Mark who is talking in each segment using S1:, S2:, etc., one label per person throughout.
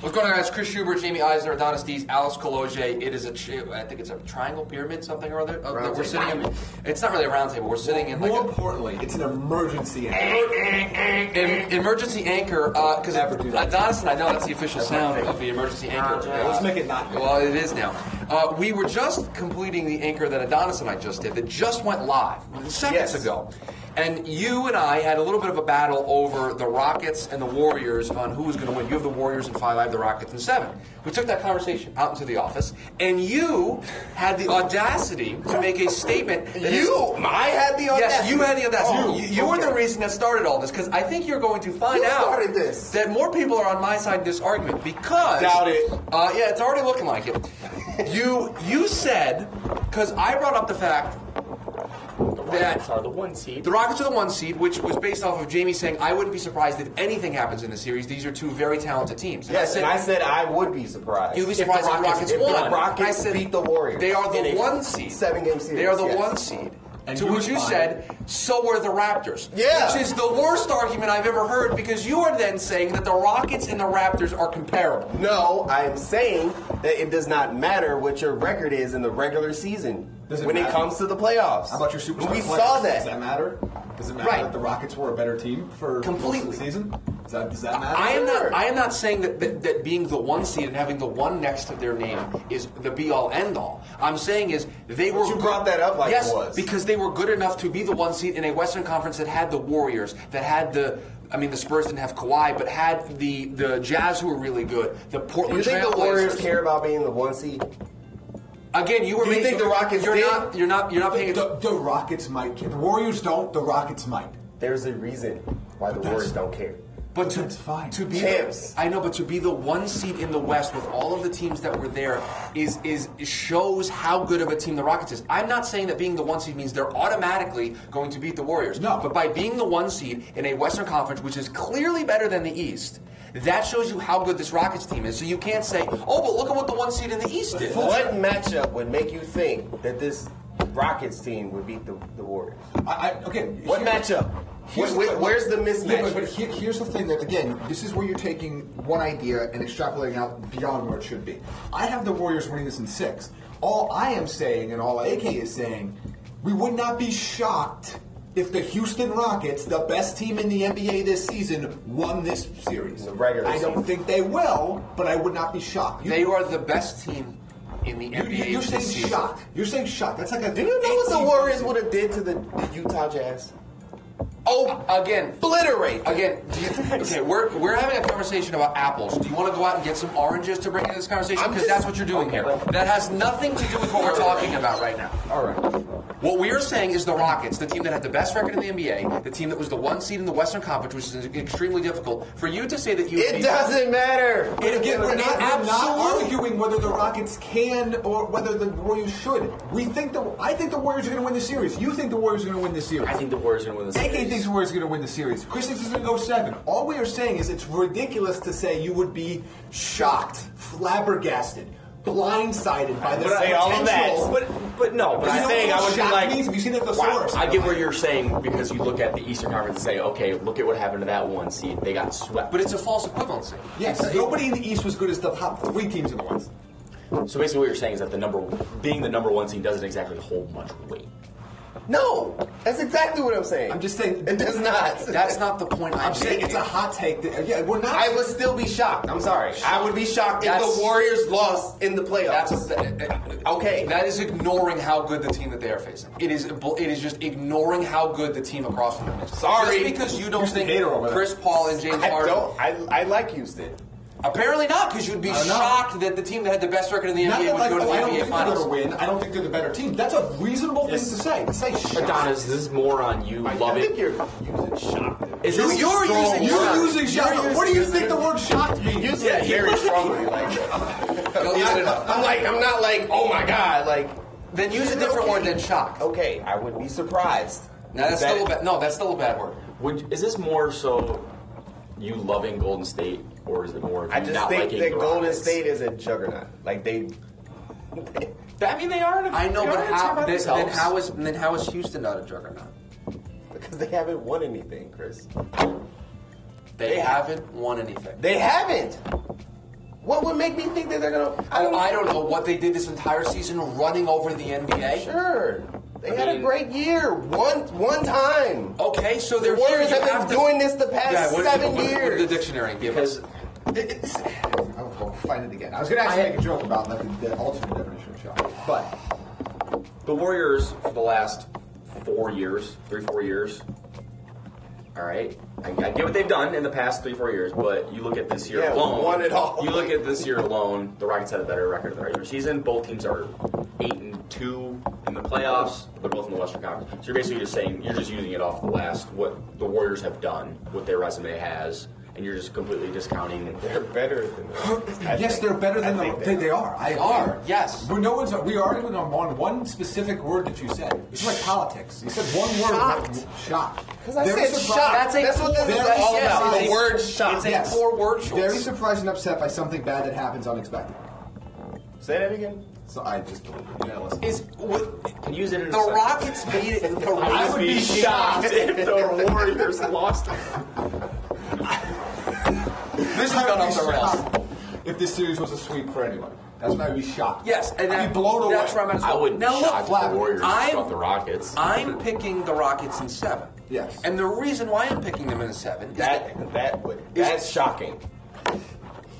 S1: What's going on, guys? Chris Schubert, Jamie Eisner, Adonis Dees, Alice Koloje. It is a, chi- I think it's a triangle pyramid, something or other. uh, that we're sitting in. It's not really a round table. We're sitting in like
S2: More
S1: a,
S2: importantly, it's an emergency. act.
S1: em- emergency anchor. Because
S2: Never do that.
S1: Adonis and I know that's the official sound of the emergency anchor.
S2: yeah, let's make it not.
S1: Well, it is now. Uh, we were just completing the anchor that Adonis and I just did. That just went live seconds
S2: Yes.
S1: ago. And you and I had a little bit of a battle over the Rockets and the Warriors on who was going to win. You have the Warriors in five, I have the Rockets in seven. We took that conversation out into the office, and you had the audacity to make a statement. that is-
S3: You, I had the audacity.
S1: Yes, you had the audacity.
S3: Oh,
S1: you you were
S3: okay.
S1: the reason that started all this because I think you're going to find
S3: You
S1: out
S3: started this.
S1: that more people are on my side in this argument because
S3: Doubt it.
S1: Uh, yeah, it's already looking like it. you you said because I brought up the fact that
S4: are the one seed.
S1: the Rockets are the one seed, which was based off of Jamie saying I wouldn't be surprised if anything happens in the series. These are two very talented teams. And I
S3: Yes,
S1: said-
S3: and I said I would be surprised.
S1: You'd be
S3: if
S1: surprised if the Rockets,
S3: if the
S1: won.
S3: Rockets
S1: I said,
S3: beat the Warriors.
S1: They are
S3: in
S1: the
S3: a
S1: one seed.
S3: Seven-game series.
S1: They are the
S3: yes.
S1: one seed.
S2: And
S1: to
S2: you
S1: which you
S2: responded-
S1: said, so were the Raptors.
S3: Yeah.
S1: Which is the worst argument I've ever heard because you are then saying that the Rockets and the Raptors are comparable.
S3: No, I am saying that it does not matter what your record is in the regular season
S2: Does it
S3: when it
S2: matter?
S3: comes to the playoffs.
S2: How about your superstar?
S3: We
S2: players?
S3: saw
S2: Does that
S3: that.
S2: matter? Does it matter
S1: Right.
S2: that the Rockets were a better team for
S1: Completely.
S2: most of the season? Does that, does that matter?
S1: I am not. I am not saying that, that that being the one seed and having the one next to their name is the be all end all. I'm saying is they
S3: But
S1: were.
S3: you brought that up like it
S1: yes,
S3: was.
S1: because they were good enough to be the one seed in a Western Conference that had the Warriors, that had the. I mean, the Spurs didn't have Kawhi, but had the the Jazz who were really good. The
S3: Do
S1: Portland
S3: you think the
S1: Trailblazers.
S3: Warriors care about being the one seed?
S1: Again, you were.
S3: Do you
S1: making-
S3: think the Rockets
S1: You're
S3: did?
S1: not. You're not. You're not paying. attention.
S2: The, the Rockets might. The Warriors don't. The Rockets might.
S3: There's a reason why the Warriors don't care.
S1: But to,
S2: That's fine.
S1: to be
S3: Champs.
S1: I know, but to be the one seed in the West with all of the teams that were there is is shows how good of a team the Rockets is. I'm not saying that being the one seed means they're automatically going to beat the Warriors.
S2: No.
S1: but by being the one seed in a Western Conference, which is clearly better than the East. That shows you how good this Rockets team is. So you can't say, "Oh, but look at what the one seed in the East did."
S3: What matchup would make you think that this Rockets team would beat the, the Warriors?
S2: I, I, okay.
S3: What matchup?
S2: Here's
S3: Where- where's the
S2: Yeah, but,
S3: mismatch?
S2: but here, here's the thing that again, this is where you're taking one idea and extrapolating out beyond where it should be. I have the Warriors winning this in six. All I am saying and all AK is saying, we would not be shocked if the Houston Rockets, the best team in the NBA this season, won this series.
S3: The regular
S2: I don't
S3: season.
S2: think they will, but I would not be shocked. You-
S1: They are the best team in the
S2: you,
S1: NBA.
S2: you're
S1: this
S2: saying
S1: season.
S2: shocked. You're saying shocked. That's like a.
S3: Do you know what the Warriors would have did to the Utah Jazz?
S1: Oh, again,
S3: Obliterate.
S1: Again, do you, okay, we're, we're having a conversation about apples. Do you want to go out and get some oranges to bring into this conversation?
S3: I'm
S1: Because
S3: just-
S1: that's what you're doing here. That has nothing to do with what we're talking about right now.
S3: All right.
S1: What we are saying is the Rockets, the team that had the best record in the NBA, the team that was the one seed in the Western Conference, which is extremely difficult. For you to say that you
S3: It doesn't matter.
S2: And again, we're not, we're not
S1: Absolutely.
S2: arguing whether the Rockets can or whether the Warriors should. We think the I think the Warriors are going to win the series. You think the Warriors are going to win the series.
S4: I think the Warriors are going to win
S2: AK
S4: this.
S2: thinks the Warriors are going to win the series. Chris thinks it's going to go seven. All we are saying is it's ridiculous to say you would be shocked, flabbergasted, blindsided by the
S4: But I-
S3: say all of that.
S2: potential-
S4: But but no, but
S2: You
S4: I'm
S2: know
S4: saying
S2: what
S4: I would be
S2: shock
S4: like,
S2: means? Have you seen it at the
S4: wow,
S2: source?
S4: I get what you're saying because you look at the Eastern Conference and say, okay, look at what happened to that one seed. They got swept.
S1: But it's a false equivalency.
S2: Yes, nobody in the East was good as the top three teams in the West.
S4: so basically, what you're saying is that the number being the number one seed doesn't exactly hold much weight.
S3: No, that's exactly what I'm saying.
S2: I'm just saying-
S3: it does not.
S1: That's not the point I'm,
S2: I'm saying it's a hot take. That, yeah, we're not.
S3: I would still be shocked. I'm sorry. I would be shocked if
S1: That's-
S3: the Warriors lost in the playoffs.
S1: That's uh,
S3: Okay.
S1: That is ignoring how good the team that they are facing. It is it is just ignoring how good the team across from them is.
S3: Sorry.
S1: just because you don't
S2: Houston
S1: think
S2: hater over there.
S1: Chris Paul and James
S3: I
S1: Harden.
S3: don't. I, I like Houston.
S1: Apparently not, because you'd be
S2: don't know.
S1: shocked that the team that had the best record in the
S2: Not
S1: NBA
S2: that,
S1: would
S2: like,
S1: go to the
S2: oh, I don't
S1: NBA
S2: think they're going to
S1: Finals.
S2: win. I don't think they're the better team. That's a reasonable thing to
S4: Yes.
S2: say. To say shocked.
S4: Adonis, this is more on you. Love
S3: I think
S4: it.
S3: you're using shocked.
S4: Is
S1: You're,
S4: this
S1: you're
S4: strong
S1: using
S2: You're
S1: shocked.
S2: using shocked.
S3: You're
S2: what do you
S3: using-
S2: think the word shocked
S3: You're
S2: means?
S3: using it very strongly. Like
S1: You'll use it up.
S3: I'm like I'm not like oh my god like.
S1: Then use a different
S3: Okay.
S1: word than shocked.
S3: Okay, I would be surprised.
S1: Now that's
S4: That-
S1: still a bad. No, that's still a bad word.
S4: Would is this more so you loving Golden State, or is it more of you
S3: I just
S4: not
S3: think
S4: liking
S3: that
S4: the
S3: Golden
S4: Rockets?
S3: State is a juggernaut. Like they.
S4: I mean, they are.
S1: I know,
S4: they are
S1: but
S4: a team by
S1: how? Then, then
S4: themselves.
S1: how is then how is Houston not a juggernaut?
S3: Because they haven't won anything, Chris.
S1: They
S3: They-
S1: haven't won anything.
S3: They haven't. What would make me think that they're gonna?
S1: I, Oh, I don't know what they did this entire season running over the NBA.
S3: Sure, they
S4: I
S3: had a
S4: mean-
S3: great year. One one time.
S1: Okay, so they're
S3: The Warriors
S1: here, you
S3: have been
S1: to-
S3: doing this the past
S1: Yeah, what-
S3: seven
S1: what- what did
S3: years.
S1: the dictionary give us?
S4: Because
S2: I'll, I'll find it again. I was going to actually make a joke about like, the, the ultimate definition of shock, but
S4: the Warriors for the last four years, three four years. All right, I, I get what they've done in the past three four years, but you look at this year
S3: Yeah,
S4: alone.
S3: one at all.
S4: You look at this year alone. The Rockets had a better record in the regular season. Both teams are eight and two in the playoffs. They're both in the Western Conference. So you're basically just saying you're just using it off the last what the Warriors have done, what their resume has, and you're just completely discounting
S3: They're better than us. I
S2: yes,
S3: think.
S2: they're better than
S3: I
S2: the,
S3: think
S2: they, they are. I
S1: They are, yes.
S2: But no one's. We argued on one one specific word that you said. It's like politics. You said one word.
S3: Shocked.
S2: Shocked.
S3: Because I
S2: Very
S3: said
S2: surprised-
S3: shocked.
S1: That's a
S3: That's what this
S1: poor-
S3: is all
S1: yeah,
S3: about.
S1: it's a-
S3: the word shocked.
S1: it's a poor word choice.
S2: Very surprised and upset by something bad that happens unexpected.
S3: Say that again.
S2: So I just deleted it. You gotta listen.
S1: Is what,
S4: Can use it in a
S1: the
S4: sentence.
S1: Rockets beat it. The Rockets
S4: be shocked if the Warriors lost.
S1: This has
S2: I would
S1: gone
S2: be
S1: off the rails.
S2: shocked If this series was a sweep for anyone, that's when I'd be shocked.
S1: Yes, and
S2: I'd
S1: that,
S2: be blown
S1: that's
S2: away.
S1: where I'm at.
S4: I would
S1: now
S4: not
S1: look,
S4: shock
S2: Flabby.
S4: the Warriors
S1: I'm-
S4: about the Rockets.
S1: I'm picking the Rockets in seven.
S2: Yes.
S1: And the reason why I'm picking them in a seven is that
S3: That that would that's shocking.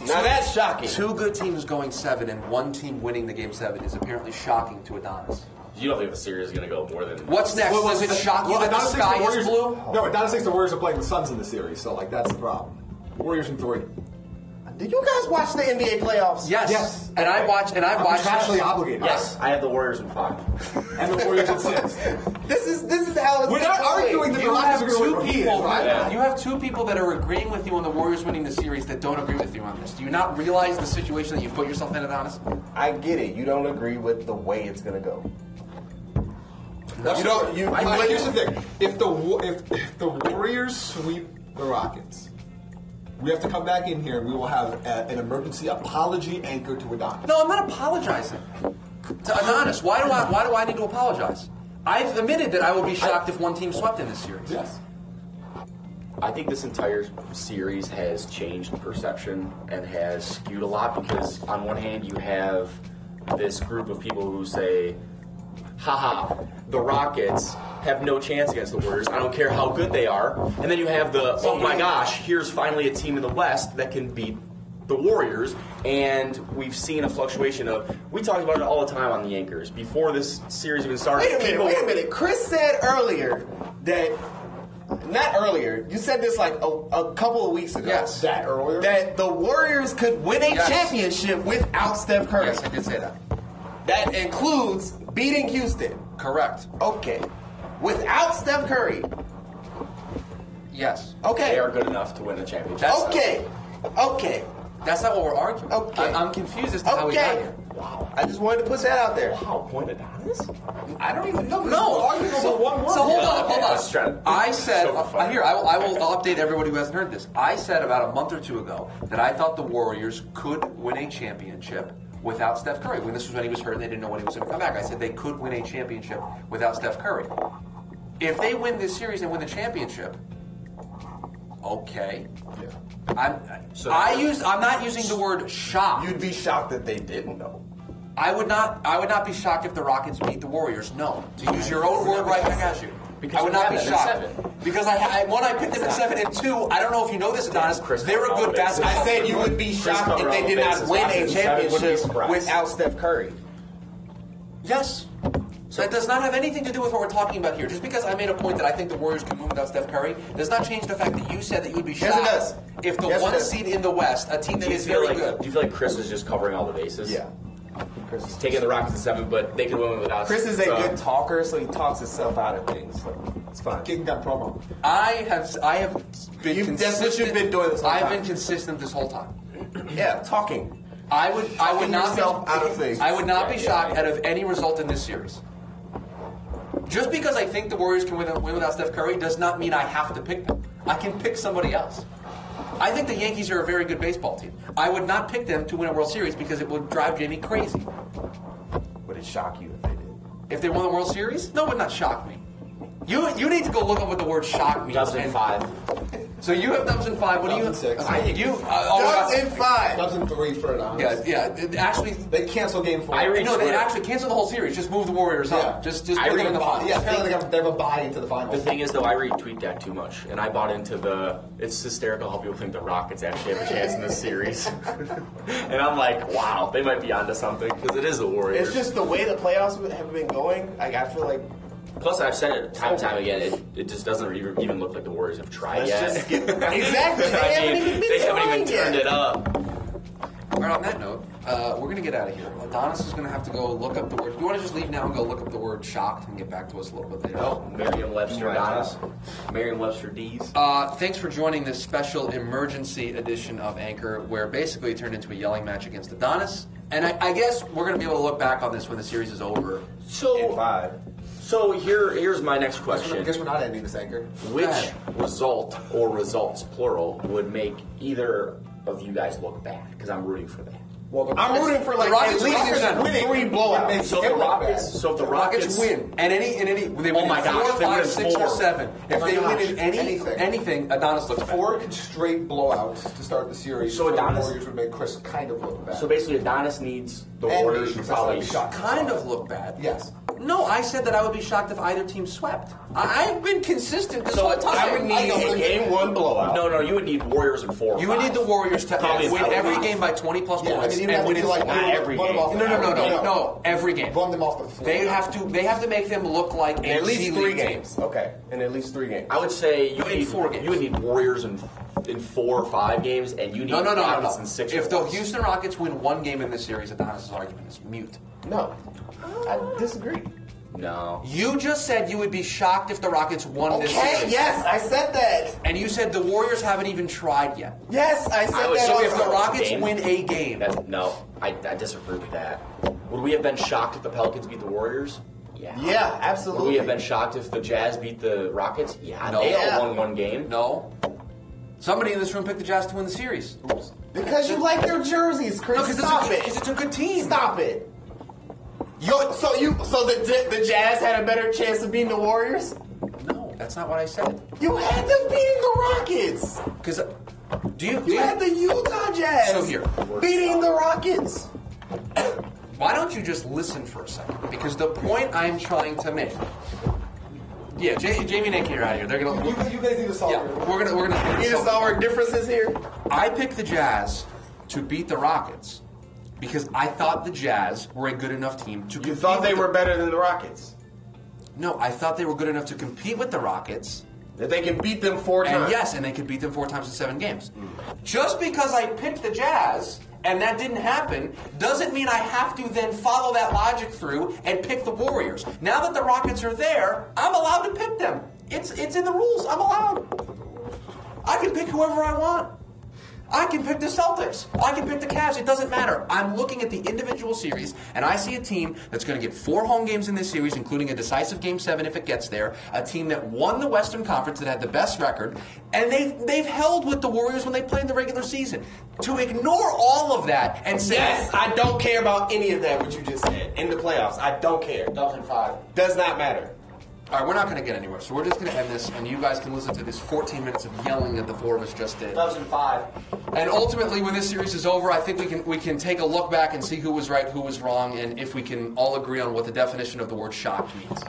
S3: Now that's shocking.
S1: two good teams going seven and one team winning the game seven is apparently shocking to Adonis.
S4: you don't think the series is going to go more than
S1: What's next? Does it shock you
S2: well,
S1: that the
S2: Adonis thinks
S1: sky
S2: Warriors,
S1: is blue?
S2: No, Adonis thinks the Warriors are playing the Suns in the series, so like that's the problem. Warriors in three.
S3: Did you guys watch the NBA playoffs?
S1: Yes.
S2: Yes.
S1: And I watch. And I
S2: I'm
S1: watch.
S2: contractually obligated.
S4: Yes, I have the Warriors in five.
S2: and the Warriors in six.
S3: This is this is how it's
S2: We're not
S3: been going.
S2: arguing that the
S1: You have
S2: Rockets are
S1: two
S2: going to win.
S1: people.
S4: Yeah.
S1: Oh, You have two people that are agreeing with you on the Warriors winning the series that don't agree with you on this. Do you not realize the situation that you've put yourself in, Adonis?
S3: I get it. You don't agree with the way it's gonna go.
S2: You don't. You,
S3: I-
S2: like, here's the thing: if the Wa- if, if the Warriors sweep the Rockets, we have to come back in here and we will have a, an emergency apology anchor to Adonis.
S1: No, I'm not apologizing. To Adonis, why do I why do I need to apologize? I've admitted that I would be shocked if one team swept in this series.
S2: Yes.
S4: I think this entire series has changed perception and has skewed a lot because on one hand you have this group of people who say, haha, the Rockets have no chance against the Warriors. I don't care how good they are. And then you have the, oh my gosh, here's finally a team in the West that can beat the Warriors. And we've seen a fluctuation of, we talked about it all the time on the anchors. Before this series even started,
S3: Wait a minute,
S4: people
S3: wait a
S4: were-
S3: minute. Chris said earlier that not earlier. You said this like a, a couple of weeks ago.
S1: Yes.
S2: That earlier?
S3: That the Warriors could win a
S1: Yes.
S3: championship without Steph Curry.
S1: Yes, I did say that.
S3: That includes beating Houston.
S1: Correct.
S3: Okay. Without Steph Curry.
S1: Yes.
S2: Oh.
S4: They
S3: Okay.
S4: are good enough to win the championship.
S1: That's-
S3: Okay. Okay.
S1: That's not what we're arguing.
S3: Okay.
S1: I, am confused as to how we got
S3: Okay.
S1: here.
S3: Wow. I just wanted to put that out there.
S4: Wow, point Adonis?
S2: I don't even know.
S1: No,
S2: arguing over one word.
S1: So hold
S4: Yeah,
S1: on,
S4: okay,
S1: hold on.
S4: let's try to-
S1: I said
S4: so
S1: uh,
S4: funny.
S1: here. I will, I will update everybody who hasn't heard this. I said about a month or two ago that I thought the Warriors could win a championship without Steph Curry. When this was when he was hurt, and they didn't know when he was going to come back. I said they could win a championship without Steph Curry. If they win this series and win the championship, okay. I'm,
S4: So-
S1: I use. I'm not using the word shock.
S3: You'd be shocked that they didn't know.
S1: I would not. I would not be shocked if the Rockets beat the Warriors. No, to use your own word right back at you.
S4: Because
S1: I would
S4: you
S1: not
S4: have
S1: be
S4: them at
S1: shocked
S4: seven.
S1: because I, I one I picked them at seven and two. I don't know if you know this, Adonis.
S4: Chris
S1: they're a good
S4: Paul is-
S1: basketball.
S3: I said you would be
S4: Chris
S3: shocked if they did not
S4: Paul
S3: win a
S4: is shocked. Wouldn't be
S3: championship
S4: surprised.
S3: without Steph Curry.
S1: yes. that does not have anything to do with what we're talking about here. Just because I made a point that I think the Warriors can win without Steph Curry does not change the fact that you said that you would be
S3: Yes, it
S1: shocked
S3: does.
S1: if the
S3: Yes, it
S1: one
S3: does.
S1: seed in the West, a team that
S4: Do you
S1: is
S4: feel
S1: very
S4: like
S1: good.
S4: do you feel like Chris is just covering all the bases? He's taking the Rockets to seven, but they could win without.
S3: Chris is a
S4: so-
S3: good talker, so he talks himself out of things. So it's fine.
S2: Getting that promo.
S1: I have I have been
S3: You've-
S1: consistent.
S3: that's what you've been doing this whole
S1: I've
S3: time.
S1: been consistent this whole time.
S3: Yeah, talking.
S1: I would I would
S3: Talking
S1: not be,
S3: yourself out of things.
S1: I would not
S4: Yeah,
S1: be
S4: yeah,
S1: shocked
S4: yeah.
S1: out of any result in this series. Just because I think the Warriors can win, win without Steph Curry does not mean I have to pick them. I can pick somebody else. I think the Yankees are a very good baseball team. I would not pick them to win a World Series because it would drive Jamie crazy.
S3: Would it shock you if they did?
S1: If they won the World Series, no, it would not shock me. You you need to go look up what the word shock means.
S4: Dozen
S1: and-
S4: five.
S1: So you have Dubs in five. What do you?
S2: Dubs in six.
S1: I, you. Uh, oh,
S3: Dubs
S1: uh,
S3: in five.
S2: Dubs in three for an honest.
S1: Yeah, yeah. it- Actually,
S2: They cancel game four.
S4: I re-
S1: no, they
S4: Twitter.
S1: actually canceled the whole series. Just move the Warriors
S2: Yeah.
S1: up. Just, just
S4: I
S1: put
S2: They
S1: them
S2: have
S1: in the
S2: a bye.
S1: finals.
S2: Yeah, apparently they have, they have a buy into the
S4: The
S2: finals.
S4: thing is, though, I read tweet deck too much, and I bought into the it's hysterical how people think the Rockets actually have a chance in this series. and I'm like, wow, they might be onto something because it is the Warriors.
S3: It's just the way the playoffs have been going. Like I feel like
S4: plus I've said it time and time again, it, it just doesn't even, even look like the Warriors have tried
S3: let's
S4: yet.
S3: just get
S4: I
S3: exactly. They haven't
S4: mean,
S3: even been
S4: they haven't
S3: trying
S4: even turned
S3: yet.
S4: it up.
S1: All right. On that note, uh, we're gonna get out of here. Adonis is gonna have to go look up the word. You want to just leave now and go look up the word "shocked" and get back to us a little bit later.
S4: No, Merriam-Webster Adonis, Merriam-Webster D's.
S1: Uh, thanks for joining this special emergency edition of Anchor, where basically it turned into a yelling match against Adonis. And I, I guess we're going to be able to look back on this when the series is over.
S4: So,
S2: five.
S4: so here, here's my next
S2: I
S4: question.
S2: guess we're not ending this anchor.
S4: Which
S1: ahead.
S4: result or results plural would make either of you guys look bad? Because I'm rooting for that.
S2: Well, the
S3: I'm rooting for like
S1: Rockets-
S3: at least
S1: Rockets are
S2: winning.
S3: three
S2: It makes
S3: blowouts.
S4: So if
S2: It
S4: the
S2: looked
S4: Rockets,
S2: bad.
S4: so if the
S1: Rockets
S4: Rockets
S1: win, and any, and any, they
S4: Oh
S1: win
S4: my
S1: in four,
S4: gosh, they
S1: five,
S4: win in
S1: six,
S4: four.
S1: or seven. If
S2: Oh my
S1: they win
S2: gosh.
S1: in any, anything.
S2: Anything.
S1: Adonis looks bad.
S2: Four straight blowouts to start the series.
S4: So
S2: the
S4: Adonis-
S2: Warriors would make Chris kind of look bad.
S4: so basically Adonis needs the
S2: And
S4: Warriors
S2: me,
S4: to
S2: because I'd
S4: probably
S2: be shocked.
S1: Kind of look bad.
S2: Yes.
S1: No, I said that I would be shocked if either team swept. I, I've been consistent this
S4: So
S1: whole time.
S4: I would need
S2: don't
S4: a
S2: think-
S4: game one blowout. No, no, you would need Warriors in four. or
S1: You would need
S4: five.
S1: the Warriors to
S4: Probably
S1: win
S4: not.
S1: every game by 20 plus
S2: yeah, I
S1: points
S2: mean, even
S1: and
S2: have to
S1: win
S2: be
S1: in
S2: like
S4: not every
S2: run them
S4: game.
S2: off the
S1: No, no, no,
S2: floor.
S1: no, no. Every game.
S2: Run them off the floor.
S1: They have to. They have to make them look like a
S3: At least
S1: G
S3: three
S1: League team.
S3: games. Okay, and at least three games.
S4: I would say you
S1: You need
S4: need
S1: four games.
S4: You would need Warriors in in four or five games, and you need
S1: No, no, no, no,
S4: Rockets
S1: no.
S4: in six. or
S1: If the
S4: less.
S1: Houston Rockets win one game in this series, Adonis' argument is mute.
S3: No, I disagree.
S4: no,
S1: You just said you would be shocked if the Rockets won this
S3: Okay,
S1: series.
S3: yes, I said that.
S1: And you said the Warriors haven't even tried yet.
S3: Yes, I
S4: I
S3: said
S4: would
S3: that.
S4: say
S1: So
S3: also.
S1: if the Rockets
S4: Game.
S1: win a game,
S4: That, no, I, I disagree with that. Would we have been shocked if the Pelicans beat the Warriors? Yeah.
S3: yeah,
S4: Would
S3: absolutely.
S4: we have been shocked if the Jazz beat the Rockets? Yeah.
S1: No.
S4: They
S3: Yeah.
S4: all won one game.
S1: no. Somebody in this room picked the Jazz to win the series. No,
S3: because you like their jerseys, Chris.
S1: because it's, a
S3: Stop
S1: good-
S3: it.
S1: 'cause it's a good team.
S3: Stop it. Yo, so you, so the the Jazz had a better chance of beating the Warriors.
S1: No, that's not what I said.
S3: You had them beating the Rockets.
S1: Because do you? Do
S3: You
S1: you
S3: had the Utah Jazz
S1: So here.
S3: beating the Rockets.
S1: Why don't you just listen for a second? Because the point I'm trying to make. Yeah, J- Jamie and Nick are out of here. They're gonna.
S2: You, you guys need to solve
S1: yeah,
S2: it.
S1: we're gonna. We're gonna.
S3: You just saw our differences here.
S1: I picked the Jazz to beat the Rockets because I thought the Jazz were a good enough team to.
S3: You
S1: compete
S3: thought they
S1: with
S3: were
S1: the-
S3: better than the Rockets.
S1: No, I thought they were good enough to compete with the Rockets.
S3: That they can beat them four
S1: And
S3: times.
S1: yes, and they could beat them four times in seven games. Just because I picked the Jazz and that didn't happen doesn't mean I have to then follow that logic through and pick the Warriors. Now that the Rockets are there, I'm allowed to pick them. It's it's in the rules. I'm allowed. I can pick whoever I want. I can pick the Celtics. I can pick the Cavs. It doesn't matter. I'm looking at the individual series, and I see a team that's going to get four home games in this series, including a decisive Game Seven if it gets there. A team that won the Western Conference that had the best record, and they've they've held with the Warriors when they played the regular season. To ignore all of that and say
S3: Yes, I don't care about any of that. What you just said in the playoffs, I don't care.
S4: Dolphin five.
S3: Does not matter.
S1: All right, we're not going to get anywhere, so we're just going to end this, and you guys can listen to this 14 minutes of yelling that the four of us just did.
S4: five.
S1: And ultimately, when this series is over, I think we can we can take a look back and see who was right, who was wrong, and if we can all agree on what the definition of the word "shocked" means.